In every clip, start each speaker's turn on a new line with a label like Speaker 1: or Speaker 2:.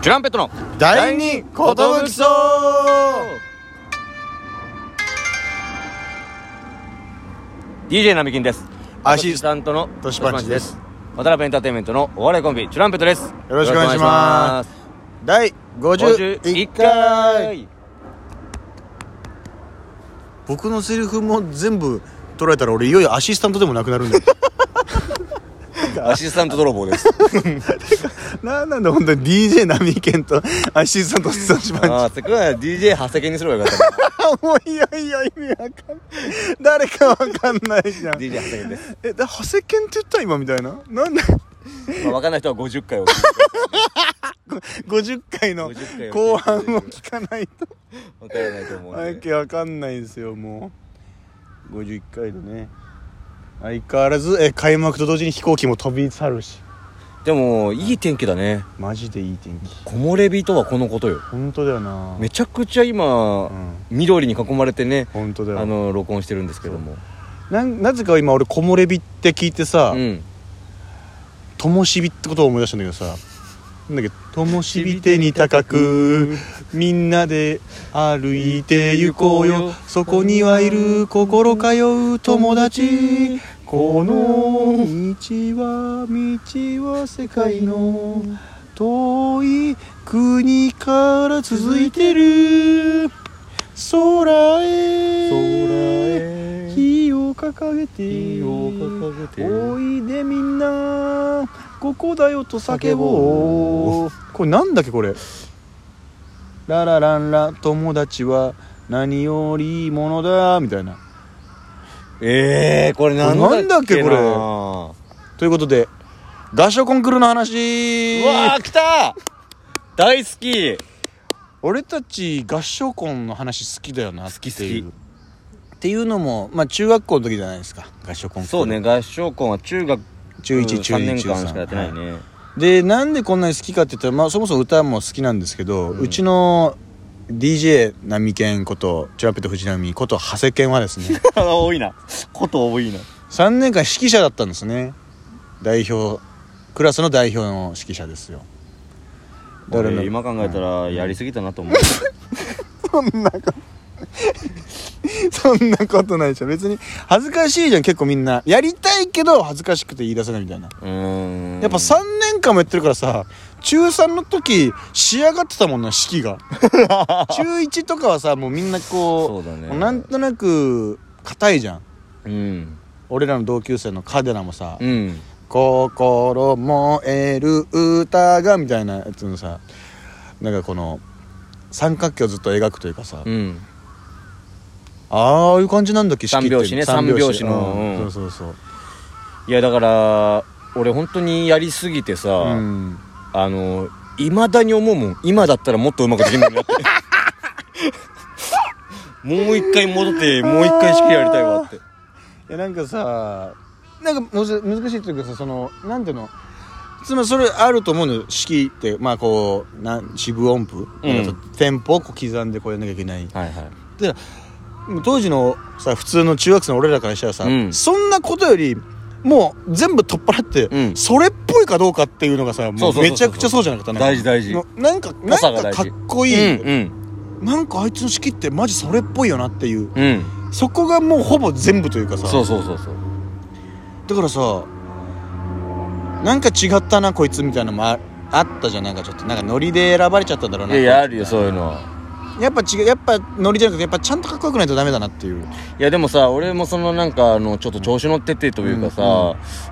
Speaker 1: チュランペットの
Speaker 2: 第二
Speaker 1: こと
Speaker 2: 寿荘
Speaker 1: う DJ ナミキンです
Speaker 2: アシス
Speaker 1: タントの
Speaker 2: トシパンチです
Speaker 1: 渡辺エンターテインメントのお笑いコンビチュランペットですよ
Speaker 2: ろしくお願いします第51
Speaker 1: 51
Speaker 2: 回
Speaker 1: 回
Speaker 2: 僕のセリフも全部取られたら俺いよいよアシスタントでもなくなるんだよ
Speaker 1: アシスタント泥棒です
Speaker 2: なんなんだ本当に DJ 波井健と アシスタントスタジ マン
Speaker 1: ああせっかくなら DJ 長谷健にすればよかったな
Speaker 2: もういやいや意味わかんない誰かわかんないじゃん
Speaker 1: DJ 長谷健です
Speaker 2: えだ長谷健って言った今みたいななんだ
Speaker 1: まあわかんない人は50回を聞 いて
Speaker 2: 50回の
Speaker 1: 50回を
Speaker 2: 後半を聞かないと
Speaker 1: わからないと思う
Speaker 2: わ
Speaker 1: んで
Speaker 2: けわかんないですよもう51回でね相変わらずえ開幕と同時に飛行機も飛び去るし
Speaker 1: でもいい天気だね
Speaker 2: マジでいい天気
Speaker 1: 木漏れ日とはこのことよ
Speaker 2: 本当だよな
Speaker 1: めちゃくちゃ今、
Speaker 2: うん
Speaker 1: 緑に囲まれてね
Speaker 2: 本当だ
Speaker 1: あ
Speaker 2: よ
Speaker 1: の録音してるんですけども
Speaker 2: なんなぜか今俺木漏れ日って聞いてさ
Speaker 1: うん
Speaker 2: 「ともし火」ってことを思い出したんだけどさなんだっけ「ともし火手に高くみんなで歩いて行こうよそこにはいる心通う友達」この道は道は世界の遠い国から続いてる空へ火を掲げて
Speaker 1: 火を掲げて
Speaker 2: おいでみんなここだよと叫ぼうこれなんだっけこれララランラ友達は何よりいいものだみたいな
Speaker 1: ええこれなんだっけな
Speaker 2: なんだっけこれ
Speaker 1: う
Speaker 2: ということで合唱コンクールの話
Speaker 1: わー来た大好き
Speaker 2: 俺たち合唱コンの話好きだよなってい
Speaker 1: 好き
Speaker 2: う
Speaker 1: 好
Speaker 2: っていうのも、まあ、中学校の時じゃないですか合唱コンクール
Speaker 1: そうね合唱コンは中学
Speaker 2: 中1中
Speaker 1: 3
Speaker 2: 2
Speaker 1: 年
Speaker 2: 中3
Speaker 1: 間しかやってないね、
Speaker 2: でなんでこんなに好きかって言ったら、まあ、そもそも歌も好きなんですけど、う
Speaker 1: うん
Speaker 2: ちの DJ 波健ことチュラペット藤波こと長谷健はです ね
Speaker 1: 多いなこと多いな
Speaker 2: 3年間指揮者だったんですね代表クラスの代表の指揮者ですよ
Speaker 1: 俺
Speaker 2: な
Speaker 1: 今考えたらやりすぎたなと思う、
Speaker 2: そんなことないでしょ別に恥ずかしいじゃん結構みんなやりたいけど恥ずかしくて言い出せないみたいな
Speaker 1: うーん
Speaker 2: やっぱ3年間もやってるからさ中3の時仕上がってたもんな式 が中1とかはさもうみんな
Speaker 1: そ
Speaker 2: こ
Speaker 1: うだ
Speaker 2: う
Speaker 1: ね
Speaker 2: なんとなく硬いじゃん
Speaker 1: うん
Speaker 2: 俺らの同級生のカデナもさ
Speaker 1: うん
Speaker 2: 「心燃える歌が」みたいなやつのさなんかこの三角形をずっと描くというかさ
Speaker 1: うん
Speaker 2: ああいう感じなんだっけ式って
Speaker 1: 三拍子ね
Speaker 2: 三拍子
Speaker 1: 三拍子の
Speaker 2: うん
Speaker 1: うん
Speaker 2: そうそう
Speaker 1: いやだから俺本当にやりすぎてさ、
Speaker 2: そううん
Speaker 1: あのいまだに思うもん今だったらもっとうまくできるのになって もう一回戻ってもう一回式やりたいわって
Speaker 2: いやなんかさなんかむず難しいというかさそのなんていうのつまりそれあると思うのよ式ってまあこうなん四分音符、
Speaker 1: うん
Speaker 2: なんかテンポをこう刻んでこうやんなきゃいけない
Speaker 1: はいはい
Speaker 2: で当時のさ普通の中学生の俺らからしたらさ、
Speaker 1: うん
Speaker 2: そんなことよりもう全部取っ払って、
Speaker 1: うん
Speaker 2: それっぽいかどうかっていうのがさ
Speaker 1: そ
Speaker 2: も
Speaker 1: う
Speaker 2: う
Speaker 1: そうそうそう
Speaker 2: めちゃくちゃそうじゃなかったなんか
Speaker 1: 大事大事
Speaker 2: なんかなん
Speaker 1: さが
Speaker 2: か
Speaker 1: 大
Speaker 2: か
Speaker 1: 事
Speaker 2: っこいい、
Speaker 1: うんうん
Speaker 2: なんかあいつの式ってマジそれっぽいよなっていう
Speaker 1: うん
Speaker 2: そこがもうほぼ全部というかさ
Speaker 1: そうそうそうそう
Speaker 2: だからさなんか違ったなこいつみたいなのもああったじゃんなんかちょっとなんかノリで選ばれちゃったんだろうない
Speaker 1: やいやあるよそういうのは
Speaker 2: やっぱ違うやっぱノリじゃなくてやっぱちゃんとかっこよくないとダメだなっていう
Speaker 1: いやでもさ俺もそのなんかあのちょっと調子乗っててというかさ、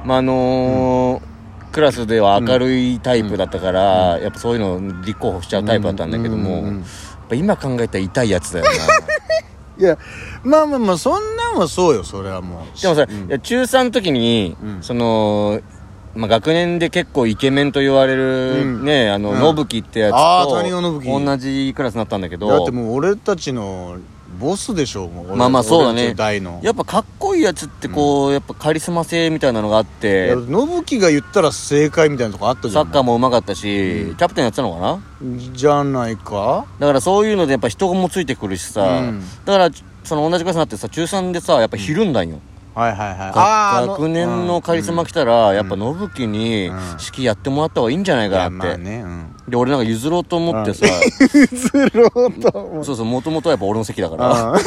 Speaker 1: まああのークラスでは明るいタイプだったから、やっぱそういうの立候補しちゃうタイプだったんだけども、
Speaker 2: うんうんうん
Speaker 1: やっぱ今考えたら痛いやつだよな
Speaker 2: いやまあまあまあそんなんはそうよそれはもう
Speaker 1: でもさ、
Speaker 2: うん
Speaker 1: いや中3の時に、
Speaker 2: うん
Speaker 1: その、まあ、学年で結構イケメンと言われる、
Speaker 2: うん
Speaker 1: ねあの
Speaker 2: うん
Speaker 1: 信樹、ってやつ
Speaker 2: あー
Speaker 1: と
Speaker 2: 谷川信樹
Speaker 1: 同じクラスになったんだけど
Speaker 2: だってもう俺たちのボスでしょもう俺
Speaker 1: まあまあそうだね
Speaker 2: 俺たちの代の
Speaker 1: やっぱかっこいいやつってこう、やっぱカリスマ性みたいなのがあって
Speaker 2: いや信樹が言ったら正解みたいなとこあったじ
Speaker 1: サ
Speaker 2: ゃん
Speaker 1: ッカーもうまかったし、
Speaker 2: うん
Speaker 1: キャプテンやってたのかな
Speaker 2: じゃないか
Speaker 1: だからそういうのでやっぱ人もついてくるしさ、
Speaker 2: うん
Speaker 1: だからその同じクラスになってさ中3でさやっぱひるんだんよ、
Speaker 2: はいはいはい
Speaker 1: が
Speaker 2: あーあの
Speaker 1: 学年のカリスマ来たら、やっぱ信樹に
Speaker 2: うん
Speaker 1: 式やってもらった方がいいんじゃない
Speaker 2: いや
Speaker 1: かな
Speaker 2: ま
Speaker 1: っ
Speaker 2: あ
Speaker 1: て、
Speaker 2: ねうん
Speaker 1: で俺なんか譲ろうと思ってさ
Speaker 2: ずろうと思う
Speaker 1: そうそうもともとはやっぱ俺の席だから
Speaker 2: あ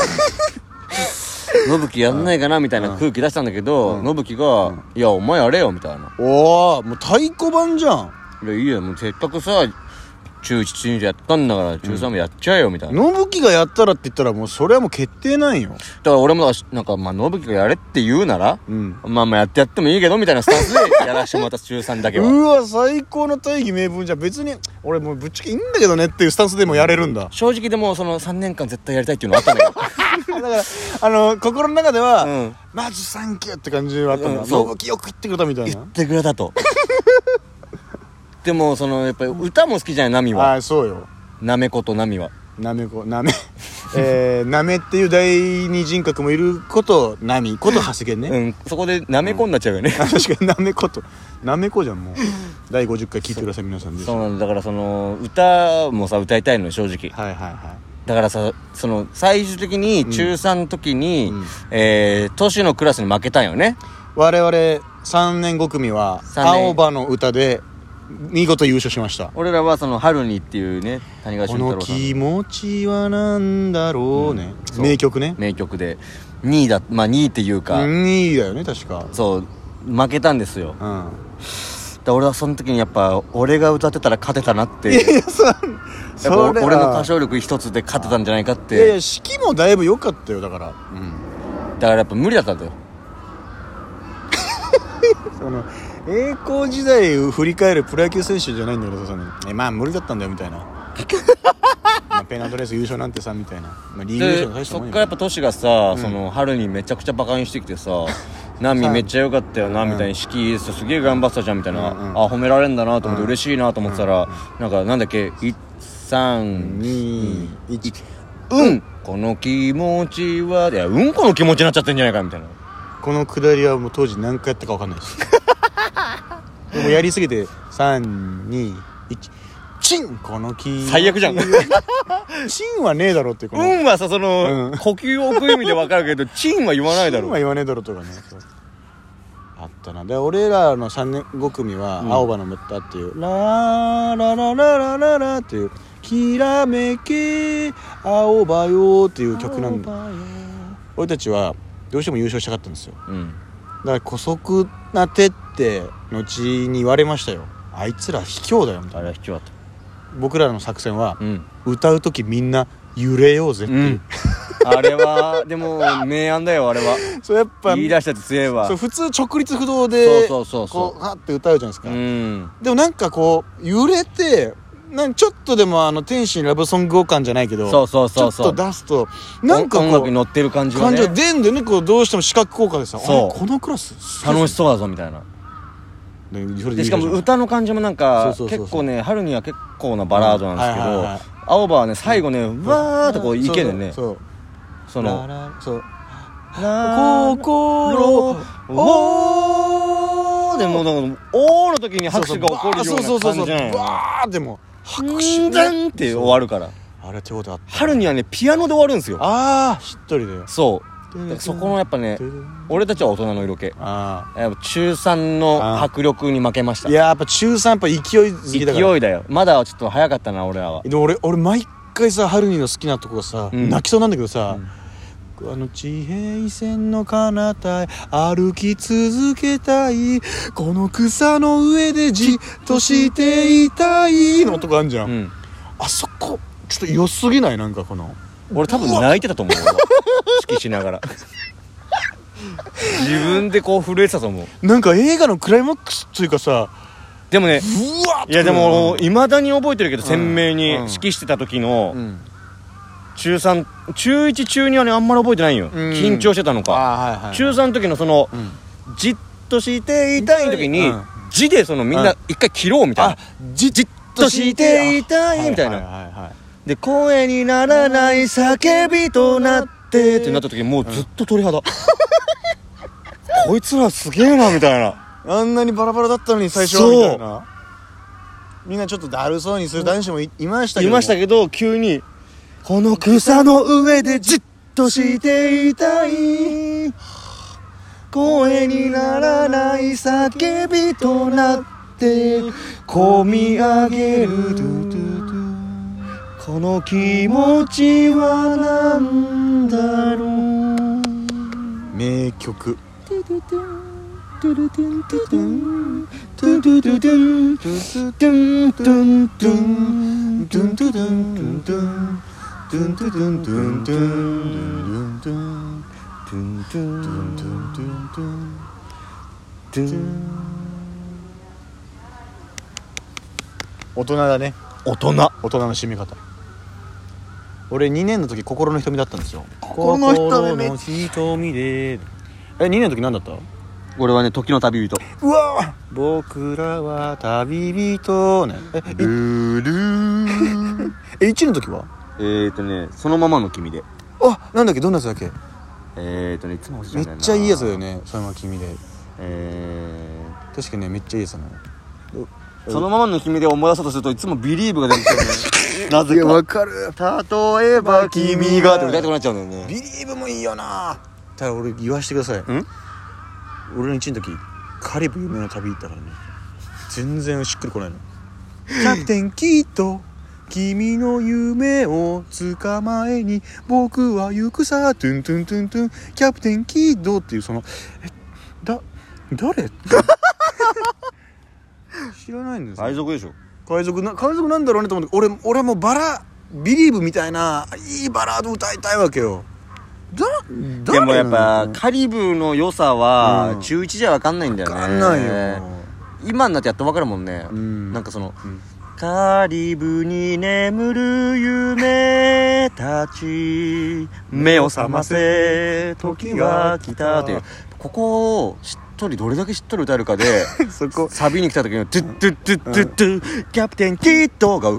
Speaker 1: 「のぶきやんないかな」みたいな空気出したんだけどのぶきが「いやお前やれよ」みたいな
Speaker 2: ーおおもう太鼓判じゃん
Speaker 1: 「いやいいよもうせっかくさ中1中2やったんだから中3もやっちゃえよ」みたいな
Speaker 2: 信ぶがやったらって言ったらもうそれはもう決定なんよ
Speaker 1: だから俺もだからなんかまあのぶきがやれって言うなら
Speaker 2: うん
Speaker 1: まあまあやってやってもいいけどみたいなスタンス でやらしてもらった中3だけは
Speaker 2: うわ最高の大義名分じゃん別に俺もうぶっちゃけいいんだけどねっていうスタンスでもやれるん だ
Speaker 1: 正直でもその3年間絶対やりたいっていうのはあったんだけ
Speaker 2: だからあの心の中では、
Speaker 1: うん
Speaker 2: まずサンキューって感じはあったん
Speaker 1: う
Speaker 2: だ
Speaker 1: んそう
Speaker 2: 信ぶよく言ってくれたみたい
Speaker 1: ど言
Speaker 2: な
Speaker 1: ってくれた とでもそのやっぱり歌も好きじゃないナミ
Speaker 2: あ
Speaker 1: は
Speaker 2: あそうよ
Speaker 1: なめことナミは
Speaker 2: なめこなめ えー、なめっていう第二人格もいることなみこと長谷健ね、
Speaker 1: うんそこでなめこになっちゃうよね、
Speaker 2: あ 確かになめことなめこじゃんもう第50回聞いてください皆さ んで
Speaker 1: そう
Speaker 2: はい
Speaker 1: なんだだからその歌もさ歌いたいのよ正直
Speaker 2: はいは
Speaker 1: だからさその最終的に中3の時に、
Speaker 2: うん
Speaker 1: えー、都市のクラスに負けたんよね
Speaker 2: い我々3年5組は
Speaker 1: 三年
Speaker 2: 青葉の歌で見事優勝しました
Speaker 1: 俺らはその春にっていうね谷川
Speaker 2: こ
Speaker 1: 俊太
Speaker 2: の
Speaker 1: 郎さん
Speaker 2: 気持ちはなんだろうね、
Speaker 1: うんそう
Speaker 2: 名曲ね
Speaker 1: 名曲で2位だまあ2位っていうか、
Speaker 2: うんいいだよね確か
Speaker 1: そう負けたんですよ
Speaker 2: うん
Speaker 1: で俺はその時にやっぱ俺が歌ってたら勝てたなって
Speaker 2: いやそ
Speaker 1: やっぱ
Speaker 2: それは
Speaker 1: 俺の歌唱力一つで勝てたんじゃないかっ
Speaker 2: いやいや
Speaker 1: て
Speaker 2: 式もだいぶ良かったよだからうん
Speaker 1: だからやっぱ無理だったんだよ
Speaker 2: その栄光時代を振り返るプロ野球選手じゃないんだけどさそのえまあ無理だったんだよ みたいなまあペナントレース優勝なんてさみたいな、まあ、リーグ優勝の
Speaker 1: で
Speaker 2: 大した
Speaker 1: そ
Speaker 2: も
Speaker 1: っ
Speaker 2: んよ
Speaker 1: からやっぱトシがさ、その春にめちゃくちゃバカにしてきて さ「ナミめっちゃ良かったよな」みたいに「四季いいっすよすげえ頑張ってたじゃん」みたいな、
Speaker 2: うんうん
Speaker 1: あ褒められるんだなと思って嬉しいなと思ってたら、なんかなんだっけ131
Speaker 2: 2 1
Speaker 1: うんこの気持ちはいやうんこの気持ちになっちゃってんじゃないかみたいな
Speaker 2: このくだりはもう当時何回やったか分かんな いですでもやりすぎて321チンこの気
Speaker 1: 最悪じゃん
Speaker 2: チンはねえだろってこの、
Speaker 1: うんはさその、
Speaker 2: うん
Speaker 1: 呼吸を置く意味で分かるけどチンは言わないだ
Speaker 2: チ
Speaker 1: ろ
Speaker 2: ンは言わねえだろとかねそうあったなで俺らの3年5組は
Speaker 1: うん
Speaker 2: 青葉のったっていう「ラーララララララ」っていう「きらめけ青葉よ」っていう曲なんだ俺たちはどうしても優勝したかったんですよ
Speaker 1: うん
Speaker 2: だから姑息な手って後に言われましたよあいつら卑怯だよみた
Speaker 1: あ
Speaker 2: い
Speaker 1: れ
Speaker 2: な
Speaker 1: は卑怯だった
Speaker 2: 僕らの作戦は
Speaker 1: うん、
Speaker 2: 歌う時みんな揺れようぜって
Speaker 1: う
Speaker 2: いう、
Speaker 1: ん、あれはでも明暗だよあれは
Speaker 2: そうやっぱ
Speaker 1: 言い出したやつ強いわ
Speaker 2: そう普通直立不動で
Speaker 1: そうそうそうそう
Speaker 2: こうハッて歌うじゃないですか、
Speaker 1: うん
Speaker 2: でもなんかこう揺れてなんちょっとでもあの天使ラブソング感じゃないけど
Speaker 1: そうそうそうそう
Speaker 2: ちょっと出すとなんかこう
Speaker 1: 音楽に乗ってる感じが
Speaker 2: 感
Speaker 1: ね
Speaker 2: 情出んだよねこうどうしても視覚効果でさ
Speaker 1: そう
Speaker 2: あれこのクラスすげえ
Speaker 1: 楽しそうだぞみたいな
Speaker 2: でそれ
Speaker 1: で
Speaker 2: で
Speaker 1: しかも
Speaker 2: いいじゃん
Speaker 1: 歌の感じもなんか
Speaker 2: そうそうそうそう
Speaker 1: 結構ね春には結構なバラードなんですけど、
Speaker 2: はいはいはい
Speaker 1: 青葉はね最後ね、わーっとこういけでねそ
Speaker 2: そう
Speaker 1: の
Speaker 2: ララそう
Speaker 1: ラー
Speaker 2: 心
Speaker 1: おーでもなんかおーの時に拍手が起こるよう
Speaker 2: そう
Speaker 1: な
Speaker 2: そう
Speaker 1: 感
Speaker 2: そ
Speaker 1: じ
Speaker 2: う
Speaker 1: じ
Speaker 2: そう
Speaker 1: ゃないの
Speaker 2: バーでも拍
Speaker 1: う
Speaker 2: 手
Speaker 1: んだんって終わるから
Speaker 2: あれ手応えあった
Speaker 1: 春にはねピアノで終わるんですよ
Speaker 2: ああしっとりだよ
Speaker 1: そうだからそこのやっぱね俺たちは大人の色気
Speaker 2: あ
Speaker 1: やっぱ中3の迫力に負けまし
Speaker 2: あ
Speaker 1: た
Speaker 2: いややっぱ中3やっぱ勢い好きだから
Speaker 1: 勢いだよまだちょっと早かったな俺らは
Speaker 2: でも俺俺毎回さ春にの好きなとこがさ、
Speaker 1: うん
Speaker 2: 泣きそうなんだけどさ、あの地平線の彼方へ歩き続けたいこの草の上でじっとしていたいのとこあんじゃ、
Speaker 1: うんん
Speaker 2: あそこちょっと良すぎないなんかこの
Speaker 1: 俺多分泣いてた と思う俺は指揮しながら自分でこう震えてたと思う
Speaker 2: なんか映画のクライマックスっていうかさ
Speaker 1: でもね
Speaker 2: うわっ
Speaker 1: いやでもいまだに覚えてるけど
Speaker 2: うん
Speaker 1: 鮮明に
Speaker 2: うん
Speaker 1: 指揮してた時の
Speaker 2: うん
Speaker 1: 中3中1中2はねあんまり覚えてないよ
Speaker 2: うん
Speaker 1: 緊張してたのか
Speaker 2: あーはいはい
Speaker 1: 中3の時のその
Speaker 2: うん
Speaker 1: じっとしていたいの時に
Speaker 2: うん
Speaker 1: 字でそのみん
Speaker 2: う
Speaker 1: な一回切ろうみたいな
Speaker 2: あじじっ
Speaker 1: としていたいみたいな
Speaker 2: はいはいはいはい
Speaker 1: で声にならない叫びとなってってなった時もうずっと鳥 肌、こいつらすげえなみたいな
Speaker 2: あんなにバラバラだったのに最初は
Speaker 1: そう
Speaker 2: みたいなみんなちょっとだるそうにする男子もいいましたけ
Speaker 1: い
Speaker 2: ど
Speaker 1: ました
Speaker 2: け
Speaker 1: けど急に「この草の上でじっとしていたい」「声にならない叫びとなっ
Speaker 2: て込み上げるこの気持ちは何だろう名曲大人だね
Speaker 1: 大人
Speaker 2: 大人の締め方俺2年の時心の瞳だったんですよ
Speaker 1: 心の瞳め
Speaker 2: 心の瞳でえ2年の時何だった
Speaker 1: 俺はね時の旅人
Speaker 2: うわ僕らは旅人ねえ
Speaker 1: ルル
Speaker 2: え1の時は
Speaker 1: えっとねそのままの君で
Speaker 2: あなんだっけどんなやつだっけ
Speaker 1: えっとねいつも欲しい
Speaker 2: め
Speaker 1: ん
Speaker 2: っ
Speaker 1: だよな
Speaker 2: ちゃいいやつだよねそれは君で
Speaker 1: え
Speaker 2: 確かにねめっちゃいいやつだね
Speaker 1: ーそのままの君で思い出そうとするといつもビリーブが出てきてるねなぜ
Speaker 2: わ
Speaker 1: か
Speaker 2: かる
Speaker 1: 例えば君がって歌いたくなっちゃうんだよね
Speaker 2: ビリーブもいいよなただ俺言わしてください
Speaker 1: ん
Speaker 2: 俺の1の時カリブ有名な旅行ったからね全然しっくりこない の「キャプテンキッド君の夢を捕まえに僕は行くさトゥントゥントゥントゥンキャプテンキッド」っていうそのえだ 誰知らないんですよ
Speaker 1: 海賊でしょ
Speaker 2: 海賊な海賊なんだろうねと思って俺俺もバラビリーブみたいないいバラード歌いたいわけよだ
Speaker 1: でもやっ
Speaker 2: 誰な
Speaker 1: ぱ
Speaker 2: の
Speaker 1: カリブの良さ
Speaker 2: う
Speaker 1: は
Speaker 2: ん
Speaker 1: 中1じゃ分かんないんだよ
Speaker 2: わ
Speaker 1: ね
Speaker 2: かんないよ
Speaker 1: 今になってやっと分かるもんね
Speaker 2: うん
Speaker 1: なんかその
Speaker 2: うん
Speaker 1: 「カリブに眠る夢たち目を覚ませ時が来た」っていうここをしっとりどれだけしっとり歌えるかで
Speaker 2: そこ
Speaker 1: サビに来た時の「トゥットゥットゥットゥットゥキャプテンキッド」が